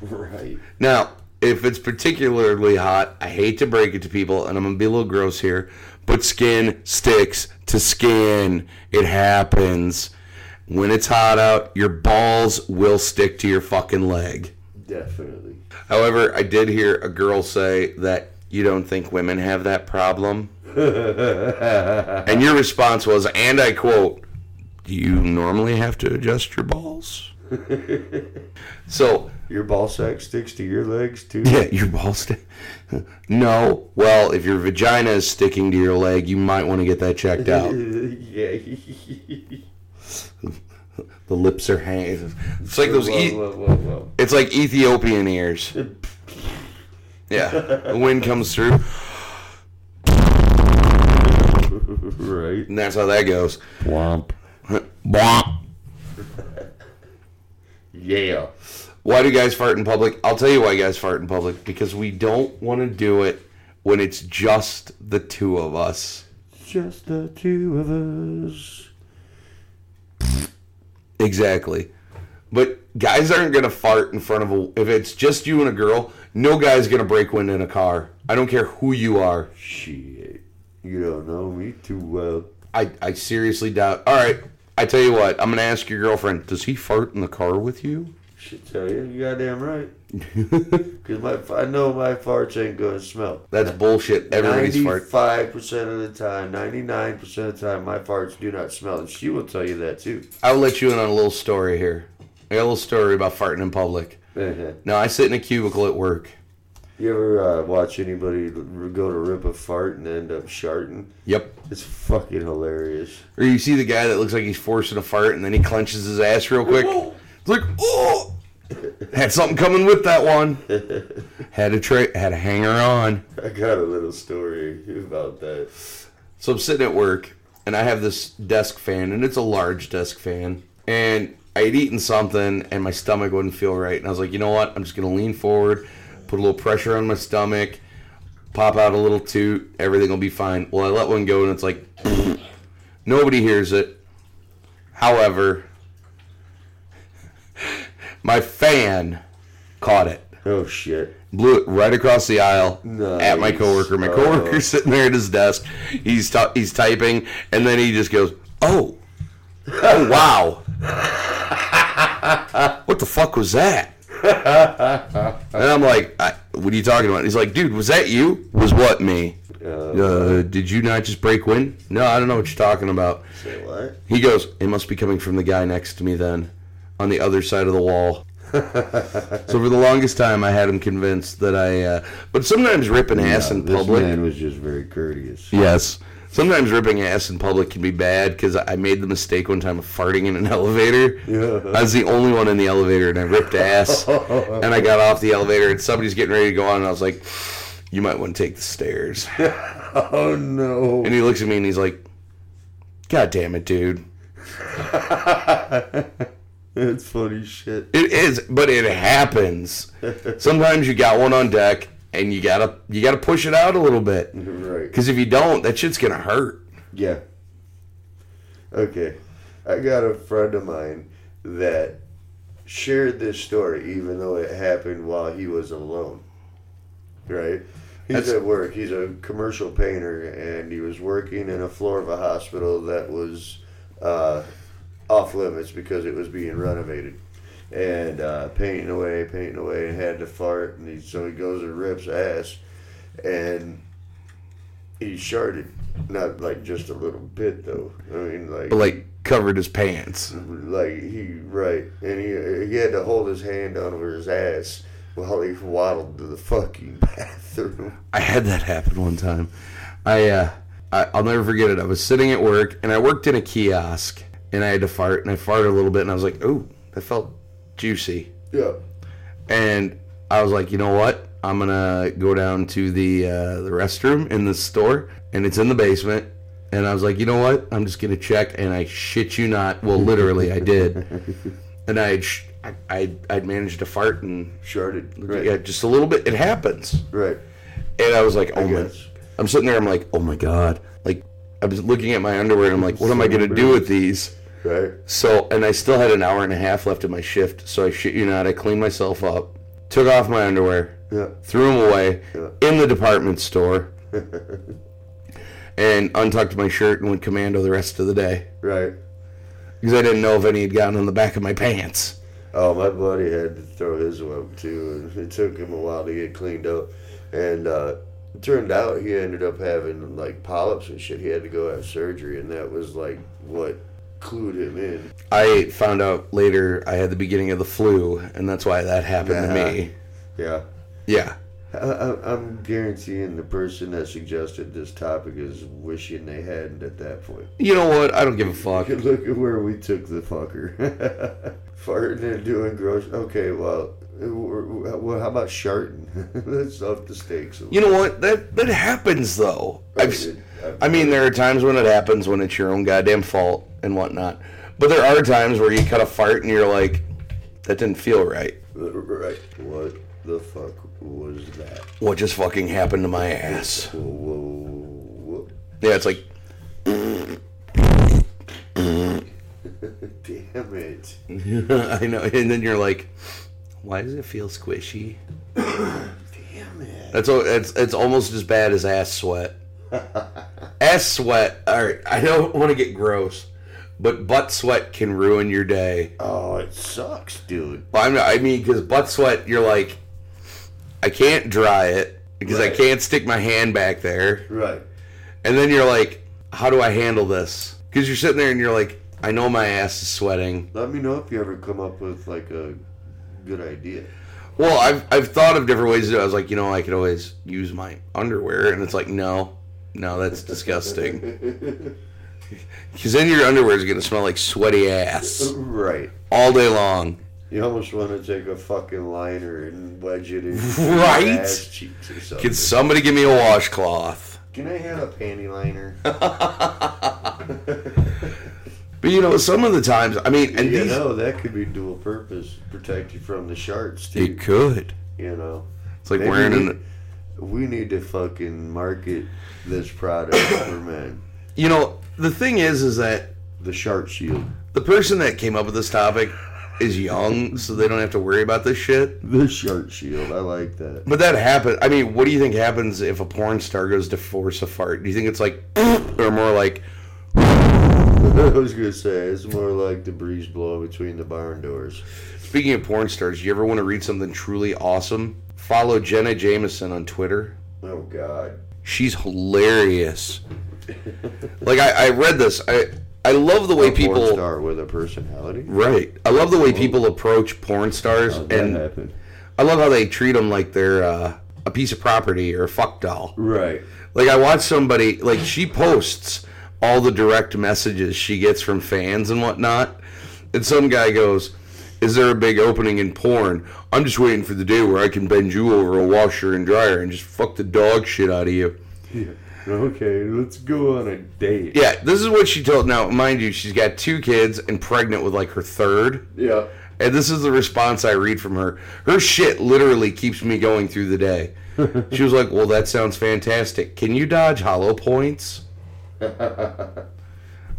Right. Now, if it's particularly hot, I hate to break it to people, and I'm gonna be a little gross here, but skin sticks to skin. It happens. When it's hot out, your balls will stick to your fucking leg. Definitely. However, I did hear a girl say that you don't think women have that problem. and your response was, and I quote, Do you normally have to adjust your balls? so Your ball sack sticks to your legs too. yeah, your ball stick. No. Well, if your vagina is sticking to your leg, you might want to get that checked out. yeah. the lips are hanging. It's like those. Whoa, E- whoa, whoa, whoa. It's like Ethiopian ears. Yeah, the wind comes through, Right. and that's how that goes. Womp. Bwomp. Yeah. Why do guys fart in public? I'll tell you why guys fart in public because we don't want to do it when it's just the two of us. Just the two of us. Exactly. But guys aren't gonna fart in front of a. If it's just you and a girl, no guy's gonna break wind in a car. I don't care who you are. Shit. You don't know me too well. I I seriously doubt. All right, I tell you what. I'm gonna ask your girlfriend. Does he fart in the car with you? Should tell you. You goddamn right. Because my, I know my farts ain't going to smell. That's bullshit. Everybody's fart. 95% of the time, 99% of the time, my farts do not smell. And she will tell you that too. I'll let you in on a little story here. I got a little story about farting in public. you Now I sit in a cubicle at work. ever uh, watch anybody r- go to rip a fart and end up sharting? Yep. It's fucking hilarious. Or you see the guy that looks like he's forcing a fart and then he clenches his ass real quick. It's like, oh! Had something coming with that one. had a tra- had a hanger on. I got a little story about that. So I'm sitting at work and I have this desk fan and it's a large desk fan. And I had eaten something and my stomach wouldn't feel right. And I was like, you know what? I'm just gonna lean forward, put a little pressure on my stomach, pop out a little toot, everything will be fine. Well I let one go and it's like nobody hears it. However, my fan caught it Oh shit! blew it right across the aisle at my Nice. coworker. My coworker's Oh. sitting there at his desk. He's t- he's typing, and then he just goes, "Oh, oh wow, what the fuck was that?" and I'm like, I, "What are you talking about?" He's like, "Dude, was that you? Was what me? Uh, did you not just break wind? No, I don't know what you're talking about." Say what? He goes, It must be coming from the guy next to me then, on the other side of the wall. so for the longest time, I had him convinced that I. Uh, but sometimes ripping ass in this public. man was just very courteous. Yes. Sometimes ripping ass in public can be bad because I made the mistake one time of farting in an elevator. Yeah. I was the only one in the elevator and I ripped ass. and I got off the elevator and somebody's getting ready to go on and I was like, you might want to take the stairs. Oh no! And he looks at me and he's like, God damn it, dude. That's funny shit. It is, but it happens. Sometimes you got one on deck, and you gotta you gotta push it out a little bit. Mm-hmm. Right. Because if you don't, that shit's gonna hurt. Yeah. Okay. I got a friend of mine that shared this story even though it happened while he was alone. Right? He's That's- at work. He's a commercial painter and he was working in a floor of a hospital that was uh, off limits because it was being renovated. And uh, painting away, painting away, and had to fart. And he, so he goes and rips ass. And he sharded. Not like just a little bit, though. I mean, like. But like covered his pants. Like he right, and he he had to hold his hand over his ass while he waddled to the fucking bathroom. I had that happen one time. I, uh, I I'll never forget it. I was sitting at work, and I worked in a kiosk, and I had to fart, and I farted a little bit, and I was like, "Ooh, that felt juicy." Yeah, and I was like, you know what? I'm gonna go down to the uh, the restroom in the store, and it's in the basement. And I was like, you know what? I'm just gonna check. And I shit you not, well, literally, I did. And I had sh- I I'd, I'd managed to fart and sharded. Right, yeah, just a little bit. It happens. right. And I was like, oh my. guess. I'm sitting there. I'm like, oh my god. Like I was looking at my underwear. and I'm like, what am I gonna do with these? Right. So, and I still had an hour and a half left of my shift. So I shit you not, I cleaned myself up, took off my underwear, Yeah. threw them away Yeah. in the department store, and untucked my shirt and went commando the rest of the day Right. because I didn't know if any had gotten on the back of my pants. Oh, my buddy had to throw his one up, too, and it took him a while to get cleaned up. And uh, it turned out he ended up having like polyps and shit. He had to go have surgery, and that was like what clued him in. I found out later I had the beginning of the flu, and that's why that happened to me. Yeah. Yeah. I, I, I'm guaranteeing the person that suggested this topic is wishing they hadn't at that point. You know what? I don't give a fuck. Look at- Look at where we took the fucker. Farting and doing gross. Okay, well, we're- well how about sharting? Let's up the stakes. a You know what? That that happens though. I've, s- I mean, there are times when it happens when it's your own goddamn fault and whatnot. But there are times where you cut a fart and you're like, that didn't feel right. little. Right. What the fuck was that? What just fucking happened to my ass? Whoa, whoa, whoa. Yeah, it's like, Damn it. I know. And then you're like, why does it feel squishy? Damn it. That's al- it's it's almost as bad as ass sweat. ass sweat. All right, I don't want to get gross, but butt sweat can ruin your day. Oh, it sucks, dude. Well, I'm, I mean, because butt sweat, you're like, I can't dry it because I Right. can't stick my hand back there. Right. And then you're like, how do I handle this? Because you're sitting there and you're like, I know my ass is sweating. Let me know if you ever come up with like a good idea. Well, I've, I've thought of different ways to do it. I was like, you know, I could always use my underwear. And it's like, no, no, that's disgusting. Because then your underwear is going to smell like sweaty ass Right. all day long. You almost want to take a fucking liner and wedge it in Right? your ass cheeks or something. Can somebody give me a washcloth? Can I have a panty liner? But you know, some of the times, I mean, and you these, know that could be dual purpose, protect you from the sharks too. it could. You know, It's like Maybe wearing we- an. we need to fucking market this product for men. You know, the thing is, is that The shark shield. the person that came up with this topic is young, so they don't have to worry about this shit. The shark shield. I like that. But that happened. I mean, what do you think happens if a porn star goes to force a fart? Do you think it's like, or more like, I was gonna say it's more like the breeze blowing between the barn doors. Speaking of porn stars, you ever want to read something truly awesome? Follow Jenna Jameson on Twitter. Oh God. She's hilarious. like I, I read this. I I love the way A porn people star with a personality. right. I love the way people approach porn stars, How'd that and happened. I love how they treat them like they're uh, a piece of property or a fuck doll. Right. Like I watch somebody like she posts all the direct messages she gets from fans and whatnot, and some guy goes, "Is there a big opening in porn? I'm just waiting for the day where I can bend you over a washer and dryer and just fuck the dog shit out of you." Yeah. Okay, let's go on a date. Yeah, this is what she told. Now, mind you, she's got two kids and pregnant with like her third. Yeah. And this is the response I read from her. Her shit literally keeps me going through the day. she was like, "Well, that sounds fantastic. Can you dodge hollow points?"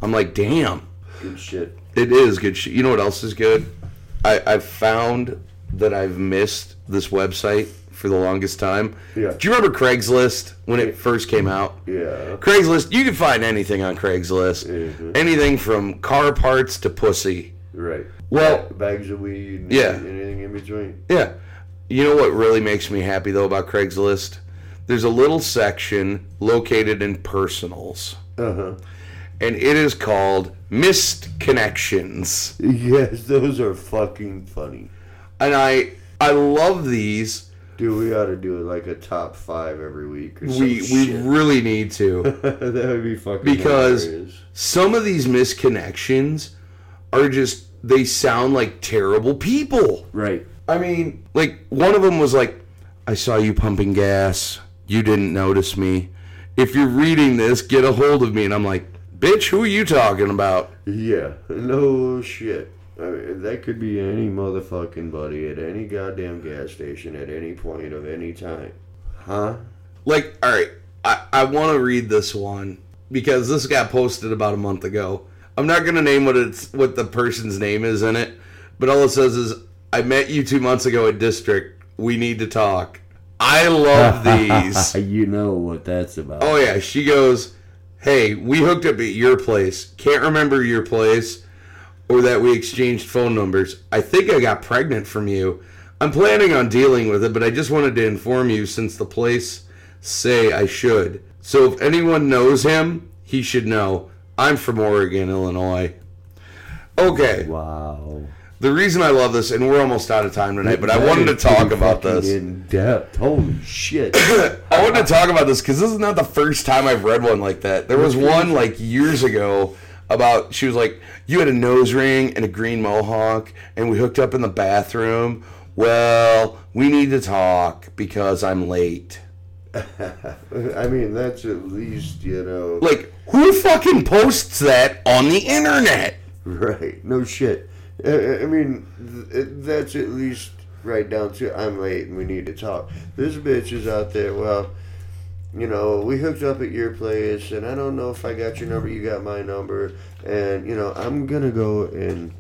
I'm like, "Damn, Good shit. it is good shit." You know what else is good? I, I've found that I've missed this website for the longest time. Yeah. Do you remember Craigslist when it first came out? Yeah. Craigslist, you can find anything on Craigslist. Mhm. Anything from car parts to pussy. Right. Well- bags of weed. And Yeah. Anything in between. Yeah. You know what really makes me happy though about Craigslist? There's a little section located in personals, Uh huh. and it is called Missed Connections. Yes, those are fucking funny. And I I love these. Dude, we ought to do it like a top five every week or some We we shit. really need to. that would be fucking Because- hilarious. Some of these misconnections are just they sound like terrible people. right. I mean, like one of them was like, "I saw you pumping gas. You didn't notice me. If you're reading this, get a hold of me." And I'm like, "Bitch, who are you talking about?" Yeah. No shit. I mean, that could be any motherfucking buddy at any goddamn gas station at any point of any time. Huh? Like, all right, I I want to read this one because this got posted about a month ago. I'm not gonna name what it's what the person's name is in it, but all it says is, "I met you two months ago at District. We need to talk." I love these. You know what that's about. Oh yeah, she goes, "Hey, we hooked up at your place. Can't remember your place or that we exchanged phone numbers. I think I got pregnant from you. I'm planning on dealing with it, but I just wanted to inform you since the place say I should. So if anyone knows him, he should know. I'm from Oregon, Illinois." Okay. Wow. The reason I love this, and we're almost out of time tonight, but I wanted to talk about this. In depth. Holy shit. I wanted to talk about this because this is not the first time I've read one like that. There was one like years ago about she was like, "You had a nose ring and a green mohawk, and we hooked up in the bathroom." Well, we need to talk because I'm late. I mean, that's at least, you know. Like, who fucking posts that on the internet? Right. No shit. I, I mean, th- that's at least right down to I'm late and we need to talk. This bitch is out there. Well, you know, we hooked up at your place, and I don't know if I got your number. You got my number, and you know, I'm gonna go and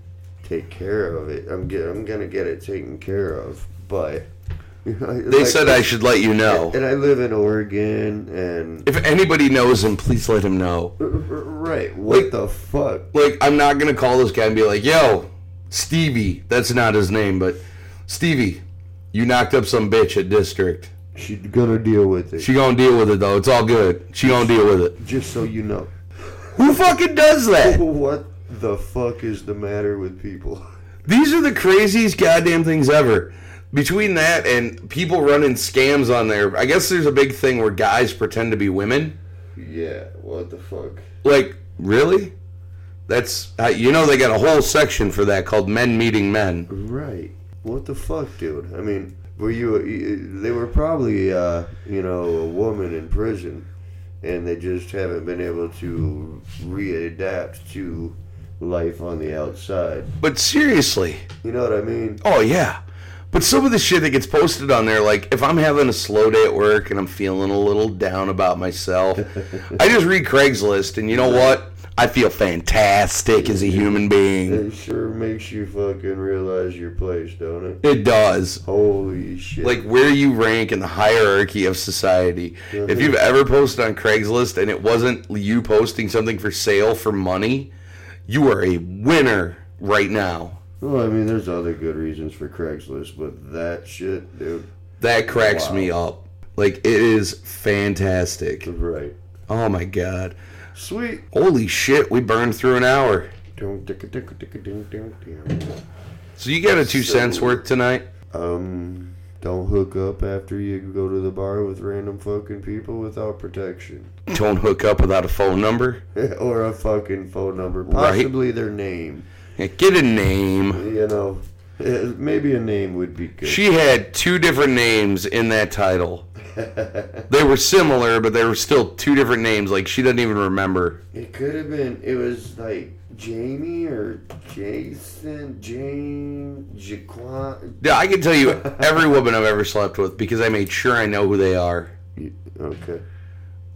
take care of it. I'm get, I'm gonna get it taken care of, but. you know, They like- said I should let you know. And I live in Oregon, and If anybody knows him, please let him know. R- r- right, what Like- the fuck? like I'm not gonna call this guy and be like, "Yo, Stevie," that's not his name, but Stevie, you knocked up some bitch at district. She's gonna deal with it. She gonna deal with it though. It's all good. She gonna deal with it. just so you know. Who fucking does that? What the fuck is the matter with people? These are the craziest goddamn things ever. Between that and people running scams on there, I guess there's a big thing where guys pretend to be women. Yeah, what the fuck? Like, really? That's uh, you know they got a whole section for that called "Men Meeting Men." Right. What the fuck, dude? I mean, were you? uh, They were probably, uh, you know, a woman in prison, and they just haven't been able to readapt to life on the outside. But seriously, You know what I mean? oh yeah. But some of the shit that gets posted on there, like if I'm having a slow day at work and I'm feeling a little down about myself, I just read Craigslist, and you know what? I feel fantastic as a human being. It sure makes you fucking realize your place, don't it? It does. Holy shit! like where you rank in the hierarchy of society. If you've ever posted on Craigslist and it wasn't you posting something for sale for money, you are a winner right now. well, I mean, there's other good reasons for Craigslist, but that shit, dude. That cracks me up. Like it is fantastic. Right. Oh my god. Sweet. Holy shit, we burned through an hour. So you got a 2 So- cents worth tonight? Um, don't hook up after you go to the bar with random fucking people without protection. Don't hook up without a phone number. or a fucking phone number, Right. possibly their name. Yeah, Get a name. You know, eh, maybe a name would be good. She had two different names in that title. they were similar, but they were still two different names. Like she doesn't even remember. It could have been. It was like Jamie or Jason, Jane, Jaquan. Yeah, I can tell you every woman I've ever slept with because I made sure I know who they are. Okay.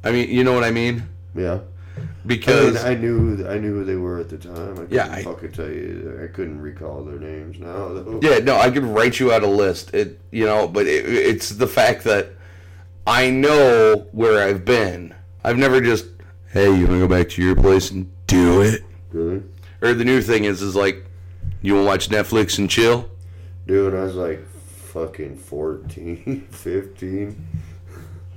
I mean, you know what I mean? Yeah. I, mean, Because I knew who th- I knew who they were at the time. I couldn't Yeah, I- fucking tell you. I couldn't recall their names now. Though. yeah, no, I could write you out a list. It, you know, but it, it's the fact that I know where I've been. I've never just, hey, you wanna go back to your place and do it? Really? Or the new thing is, is like, you wanna watch Netflix and chill? Dude, I was like fucking 14, 15.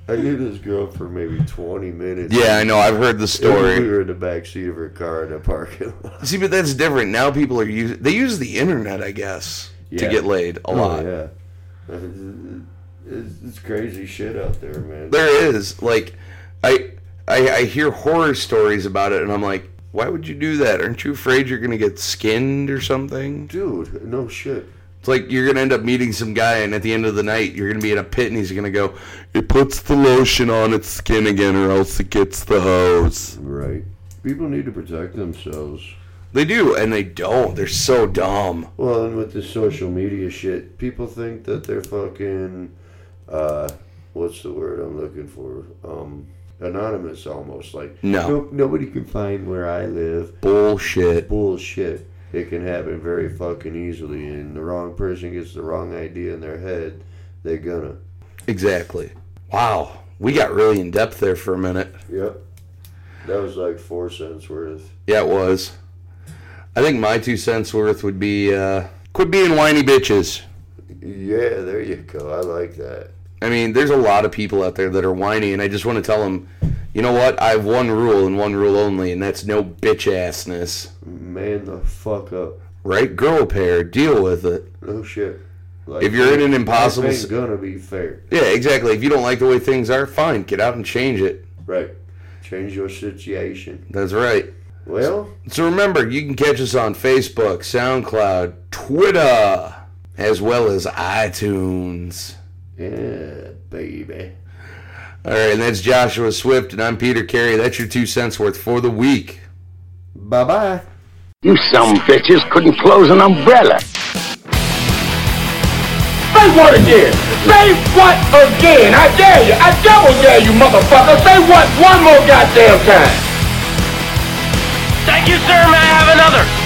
I knew this girl for maybe 20 minutes. Yeah, I know. I've heard the We story. were in the back seat of her car in a parking lot. See, but that's different. Now people are use they use the internet, I guess, to Yeah. Oh, get laid a lot. yeah. It's, it's crazy shit out there, man. There is like, I, I I hear horror stories about it, and I'm like, why would you do that? Aren't you afraid you're gonna get skinned or something? Dude, no shit. It's like you're gonna end up meeting some guy, and at the end of the night, you're gonna be in a pit, and he's gonna go, it puts the lotion on its skin again, or else it gets the hose. Right. People need to protect themselves. They do, and they don't. They're so dumb. Well, and with the social media shit, people think that they're fucking, uh, what's the word I'm looking for? Um, anonymous almost. Like, No. nobody can find where I live. Bullshit. Bullshit. It can happen very fucking easily, and the wrong person gets the wrong idea in their head, they're gonna. Exactly. Wow. We got really in depth there for a minute. Yep. That was like four cents worth. Yeah, it was. I think my two cents worth would be uh, quit being whiny bitches. Yeah, there you go. I like that. I mean, there's a lot of people out there that are whiny, and I just want to tell them, you know what? I have one rule and one rule only, and that's no bitch assness. Man the fuck up. Right? Girl pair, deal with it. No shit. Like, If you're in an impossible. Life s- ain't gonna be fair. Yeah, exactly. If you don't like the way things are, fine. Get out and change it. Right. Change your situation. That's right. Well, So remember, you can catch us on Facebook, SoundCloud, Twitter, as well as iTunes. yeah, baby. All right, and that's Joshua Swift, and I'm Peter Carey. That's your two cents worth for the week. Bye bye. You some bitches couldn't close an umbrella. Say what again? Say what again? I dare you. I double dare you, motherfucker. Say what one more goddamn time. Thank you, sir. May I have another?